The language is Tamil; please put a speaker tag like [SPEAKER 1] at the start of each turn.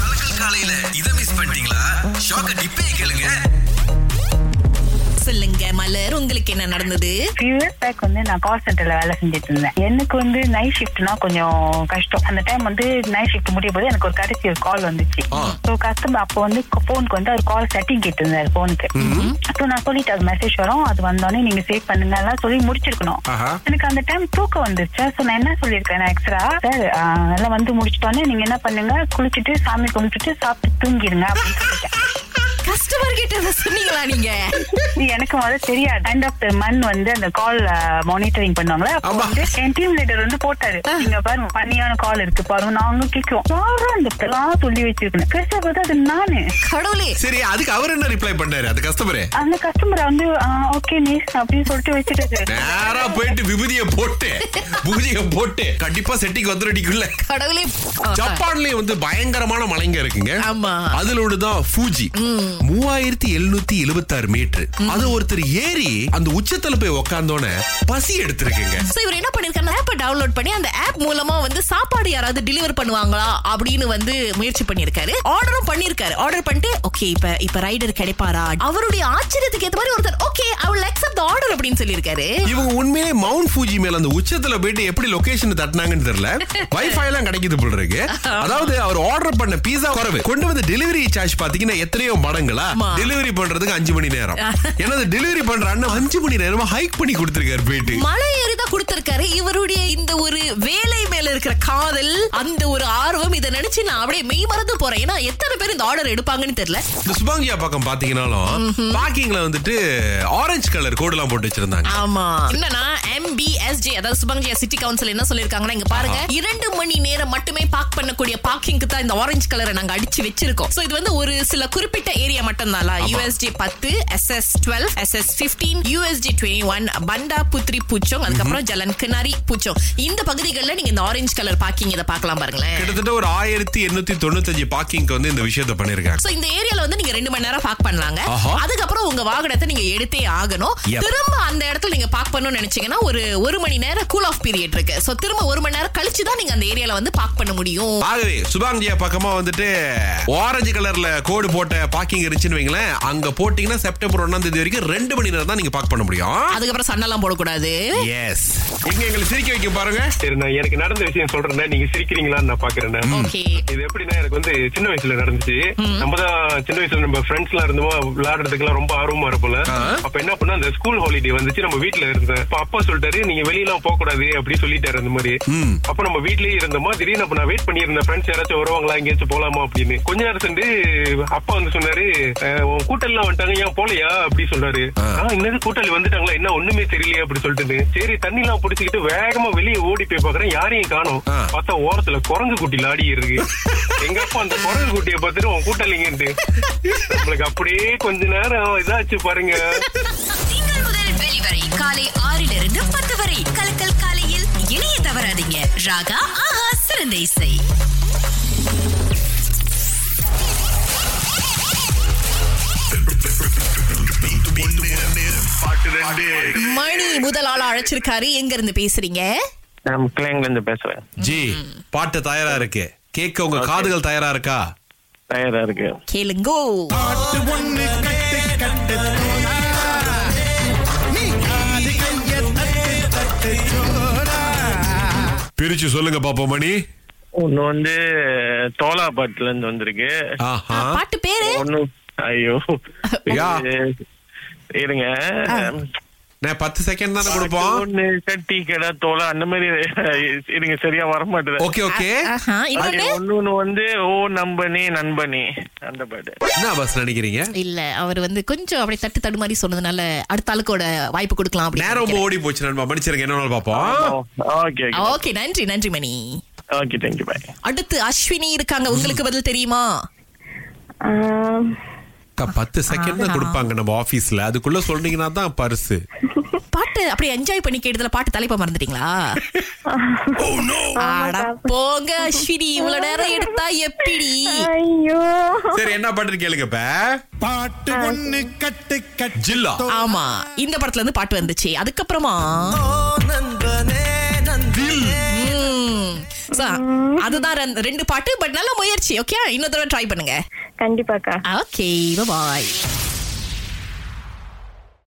[SPEAKER 1] காலையில இத மிஸ் பண்ணிட்டீங்களா ஷாக்க டிப்பே கேளுங்க
[SPEAKER 2] சொல்லுங்க மலர் உங்களுக்கு என்ன நடந்தது
[SPEAKER 3] ஃபியூ இயர்ஸ் பேக் வந்து நான் கால் சென்டர்ல வேலை செஞ்சுட்டு இருந்தேன் எனக்கு வந்து நைட் ஷிஃப்ட்னா கொஞ்சம் கஷ்டம் அந்த டைம் வந்து நைட் ஷிஃப்ட் முடிய போது எனக்கு ஒரு கடைசி ஒரு கால் வந்துச்சு
[SPEAKER 4] ஆ.
[SPEAKER 3] ஸோ கஸ்டமர் அப்போ வந்து போனுக்கு வந்து அவர் கால் செட்டிங் கேட்டிருந்தாரு போனுக்கு ஸோ நான் சொல்லிட்டு அது மெசேஜ் வரும் அது வந்தோடனே நீங்க சேவ் பண்ணுங்க எல்லாம் சொல்லி முடிச்சிருக்கணும்
[SPEAKER 4] ஆஹா.
[SPEAKER 3] எனக்கு அந்த டைம் தூக்கம் வந்துருச்சு ஸோ நான் என்ன சொல்லியிருக்கேன் எக்ஸ்ட்ரா சார் அதெல்லாம் வந்து முடிச்சிட்டோன்னே நீங்க என்ன பண்ணுங்க குளிச்சிட்டு சாமி கும்பிட்டுட்டு சாப்பிட்டு தூங்கிடுங்க அப்படின்னு சொல்லிட்டேன்
[SPEAKER 2] கஸ்டமர் கிட்ட சொன்னீங்களா நீங்க
[SPEAKER 3] இது எனக்கு முதல்ல தெரியாது அண்ட் ஆஃப் த மந்த் வந்து அந்த கால் மானிட்டரிங் பண்ணுவாங்களே அப்போ
[SPEAKER 4] ஆமா.
[SPEAKER 3] வந்து என் டீம் லீடர் வந்து போட்டாரு நீங்க பாருங்க பண்ணியான கால் இருக்கு பாருங்க நாங்க கேட்கிறோம் யாரும் அந்த பிளான் சொல்லி வச்சிருக்கேன் கடைசியா பார்த்தா அது நானு
[SPEAKER 2] கடவுளே
[SPEAKER 4] சரி அதுக்கு அவர் என்ன ரிப்ளை பண்ணாரு அந்த கஸ்டமரே
[SPEAKER 3] அந்த கஸ்டமரை வந்து ஓகே நேஸ் அப்படின்னு சொல்லிட்டு வச்சுட்டு
[SPEAKER 4] நேரா போயிட்டு விபூதிய போட்டு பூஜைய போட்டு கண்டிப்பா செட்டிக்கு வந்துடுடிக்குள்ள
[SPEAKER 2] கடவுளே
[SPEAKER 4] ஜப்பான்லயே வந்து பயங்கரமான மலைங்க இருக்குங்க
[SPEAKER 2] ஆமா.
[SPEAKER 4] அதுல ஒண்ணுதான் ஃபூஜி மூவாயிரத்தி எழுநூத்தி எழுபத்தி ஆறு மீட்டர் அது ஒருத்தர் ஏறி அந்த உச்சத்துல போய் உக்காந்தோன்னே பசி எடுத்திருக்குங்க
[SPEAKER 2] So, இவர் என்ன பண்ணிருக்காரு ஆப்பை டவுன்லோட் பண்ணி அந்த ஆப் மூலமா வந்து சாப்பாடு யாராவது டெலிவர் பண்ணுவாங்களா அப்படின்னு வந்து முயற்சி பண்ணிருக்காரு ஆர்டரும் பண்ணிருக்காரு ஆர்டர் பண்ணிட்டு ஓகே இப்ப இப்ப ரைடர் கிடைப்பாரா அவருடைய ஆச்சரியத்துக்கு ஏத்த மாதிரி ஒருத்தர் okay I will accept order அப்படின்னு சொல்லியிருக்காரு
[SPEAKER 4] இவங்க உண்மையிலே மவுண்ட் ஃபூஜி மேல அந்த உச்சத்துல போயிட்டு எப்படி லொகேஷன் தட்டினாங்கன்னு தெரியல வைஃபை எல்லாம் கிடைக்குது போல இருக்கு அதாவது அவர் ஆர்டர் பண்ண பீஸா குறவு கொண்டு வந்து டெலிவரி சார்ஜ் பாத்தீங்கன்னா எத்தனையோ மடங்களா
[SPEAKER 2] ஆமா.
[SPEAKER 4] டெலிவரி பண்றதுக்கு அஞ்சு மணி நேரம் ஏன்னா டெலிவரி பண்ற அண்ணன் அஞ்சு மணி நேரமா ஹைக் பண்ணி கொடுத்திருக்காரு போயிட்டு
[SPEAKER 2] மலை ஏறிதான் கொடுத்திருக்காரு இவருடைய இந்த ஒரு வேலை மேல இருக்கிற காதல் அந்த ஒரு ஆர்வம் இதை நினைச்சு நான் அப்படியே மெய் மறந்து போறேன் ஏன்னா எத்தனை பேர் இந்த ஆர்டர் எடுப்பாங்கன்னு தெரியல
[SPEAKER 4] இந்த சுபாங்கியா பக்கம் பாத்தீங்கன்னாலும் பார்க்கிங்ல வந்துட்டு ஆரஞ்சு கலர் கோடுலாம் போட்டு வச்சிருந்தாங்க
[SPEAKER 2] ஆமா என்னன்னா எம்பிஎஸ்ஜே அதாவது சுபங்கஜியா சிட்டி கவுன்சில் என்ன சொல்லிருக்காங்கன்னா இங்க பாருங்க இரண்டு மணி நேரம் மட்டுமே பார்க் பண்ணக்கூடிய பார்க்கிங்க்கு தான் இந்த ஆரஞ்சு கலரை நாங்க அடிச்சு வச்சிருக்கோம் சோ இது வந்து ஒரு சில குறிப்பிட்ட ஏரியா மட்டும் தான் யூஎஸ்ஜி பத்து SS twelve SS fifteen USG twenty one Bandar Puteri Puchong அதுக்கப்புறம் ஜலன் கிணாரி பூச்சோங் இந்த பகுதிகளில் நீங்க இந்த ஆரஞ்சு கலர் பார்க்கிங் இதை பார்க்கலாம் பாருங்களேன்
[SPEAKER 4] கிட்டத்தட்ட ஒரு ஆயிரத்தி எண்ணூத்தி தொண்ணூத்தஞ்சு பார்க்கிங்க்கு வந்து இந்த விஷயத்த பண்ணிருக்காங்க
[SPEAKER 2] சோ இந்த ஏரியால வந்து நீங்க ரெண்டு மணி நேரம் பார்க் பண்ணலாங்க
[SPEAKER 4] ஆஹா.
[SPEAKER 2] அதுக்கப்புறம் உங்க வாகனத்தை நீங்க எடுத்தே ஆகணும்
[SPEAKER 4] Yep.
[SPEAKER 2] திரும்ப அந்த இடத்துல நீங்க பார்க் பண்ணணும்னு நினைச்சீங்கன்னா ஒரு ஒரு மணி நேரம் கூல் ஆஃப் பீரியட் இருக்கு சோ திரும்ப ஒரு மணி நேரம் கழிச்சு தான் நீங்க அந்த ஏரியால வந்து பார்க் பண்ண முடியும்
[SPEAKER 4] ஆகவே சுபாங்கியா பக்கமா வந்துட்டு ஆரஞ்சு கலர்ல கோடு போட்ட பார்க்கிங் இருந்துச்சுன்னு வைங்களேன் அங்க போட்டீங்கன்னா செப்டம்பர் ஒண்ணாம் தேதி வரைக்கும் ரெண்டு மணி நேரம் தான் நீங்க பார்க் பண்ண முடியும்
[SPEAKER 2] அதுக்கப்புறம் சண்டெல்லாம் போடக்கூடாது
[SPEAKER 4] எஸ் எங்க எங்களை சிரிக்க வைக்க பாருங்க
[SPEAKER 5] சரி நான் எனக்கு நடந்த விஷயம் சொல்றேன் நீங்க சிரிக்கிறீங்களான்னு நான் பாக்குறேன்
[SPEAKER 2] ஓகே
[SPEAKER 5] இது எப்படின்னா எனக்கு வந்து சின்ன வயசுல நடந்துச்சு நம்ம தான் சின்ன வயசுல நம்ம ஃப்ரெண்ட்ஸ் எல்லாம் இருந்தோம் விளையாடுறதுக்கு எல்லாம் ரொம்ப ஆர்வமா இருப்போம்ல
[SPEAKER 4] ஆ.
[SPEAKER 5] அப்ப என்ன பண்ணா அந்த ஸ்கூல் ஹாலிடே வந்துச்சு நம்ம வீட்ல இருந்தேன் அப்ப அப்பா சொல்லிட்டாரு நீங்க வெளியெல்லாம் போக கூடாது அப்படி சொல்லிட்டாரு அந்த மாதிரி
[SPEAKER 4] ம்.
[SPEAKER 5] அப்ப நம்ம வீட்லயே இருந்தோமா திடீர்னு அப்ப நான் வெயிட் பண்ணியிருந்தேன் ஃப்ரெண்ட்ஸ் யாராச்சும் வருவாங்களா எங்கேயாச்சும் போலாமா அப்படின்னு கொஞ்ச நேரம் சென்று அப்பா வந்து சொன்னாரு "அஹ், உன் கூட்டல் எல்லாம் வந்துட்டாங்க ஏன் போலையா அப்படி சொன்னாரு ஆ, என்னது கூட்டாளி வந்துட்டாங்களா என்ன ஒண்ணுமே தெரியலையே அப்படி சொல்லிட்டு சரி தண்ணி எல்லாம் புடிச்சுக்கிட்டு வேகமா வெளியே ஓடி போய் பாக்குறேன் யாரையும் காணோம்
[SPEAKER 4] ஆ.
[SPEAKER 5] பார்த்தா ஓரத்துல குரங்கு குட்டி லாடி இருக்கு எங்க அப்பா அந்த குரங்கு குட்டியை பார்த்துட்டு உன் கூட்டாளிங்கன்ட்டு நம்மளுக்கு அப்படியே கொஞ்ச நேரம் இதாச்சு பாருங்க
[SPEAKER 6] திங்கள் முதல் வெளிவரை காலை ஆறிலிருந்து பத்து வரை கலக்கல் காலையில் இணைய தவறாதீங்க ராகா ஆஹா சிறந்த இசை
[SPEAKER 2] மணி முதல் ஆளா அழைச்சிருக்காரு எங்க இருந்து பேசுறீங்க
[SPEAKER 7] நான் கிளைங்ல இருந்து பேசுறேன்
[SPEAKER 4] ஜி பாட்டு தயாரா இருக்கு கேட்க உங்க காதுகள் தயாரா இருக்கா
[SPEAKER 7] தயாரா இருக்கு
[SPEAKER 2] கேளுங்கோ
[SPEAKER 4] பிரிச்சு சொல்லுங்க பாப்போம் மணி
[SPEAKER 7] ஒண்ணு வந்து தோலாபாட்டுல இருந்து வந்திருக்கு
[SPEAKER 4] ஆஹா
[SPEAKER 2] பாட்டு பேரு
[SPEAKER 7] ஒண்ணு ஐயோ
[SPEAKER 4] ஐயா.
[SPEAKER 7] இது- இருங்க
[SPEAKER 4] நான் பத்து செகண்ட் தானே கொடுப்போம்
[SPEAKER 7] ஒண்ணு கட்டி கடை தோலா அந்த மாதிரி இருங்க சரியா வர மாட்டேது
[SPEAKER 4] ஓகே ஓகே
[SPEAKER 2] ஆஹா, இன்னொன்னு
[SPEAKER 7] ஒண்ணு வந்து ஓ நம்பனி நண்பனி அந்த பாட்டு
[SPEAKER 4] என்ன பஸ் நினைக்கிறீங்க
[SPEAKER 2] இல்ல அவர் வந்து கொஞ்சம் அப்படியே தட்டு தடுமாறி சொன்னதுனால அடுத்த ஆளுக்கோட வாய்ப்பு கொடுக்கலாம்
[SPEAKER 4] நேரம் ரொம்ப
[SPEAKER 2] அப்படின்னு
[SPEAKER 4] ஓடி போச்சு நண்பா மன்னிச்சிருங்க என்ன பாப்போம்
[SPEAKER 7] ஓகே
[SPEAKER 2] ஓகே நன்றி நன்றி மணி
[SPEAKER 7] ஓகே தேங்க்யூ பாய்
[SPEAKER 2] அடுத்து அஸ்வினி இருக்காங்க உங்களுக்கு பதில் தெரியுமா
[SPEAKER 4] அக்கா, பத்து செகண்ட் தான் கொடுப்பாங்க நம்ம ஆபீஸ்ல அதுக்குள்ள சொல்றீங்கன்னா தான் பரிசு
[SPEAKER 2] பாட்டு அப்படியே என்ஜாய் பண்ணி கேட்டதுல பாட்டு தலைப்பை மறந்துட்டீங்களா
[SPEAKER 4] Oh,
[SPEAKER 2] ஆடா போங்க அஸ்வினி இவ்வளவு நேரம் எடுத்தா எப்படி
[SPEAKER 4] சரி என்ன பாட்டு கேளுங்க இப்ப
[SPEAKER 8] பாட்டு ஒண்ணு கட்டு கட்டு
[SPEAKER 4] ஜில்லா
[SPEAKER 2] ஆமா இந்த படத்துல இருந்து பாட்டு வந்துச்சு அதுக்கப்புறமா
[SPEAKER 8] நண்பனே நன்றி
[SPEAKER 2] ம், So, அதுதான் ரெண்டு- ரெண்டு பாட்டு பட் நல்ல முயற்சி ஓகே இன்னொரு தடவை ட்ரை பண்ணுங்க
[SPEAKER 9] கண்டிப்பாக்கா
[SPEAKER 2] ஓகே பாய்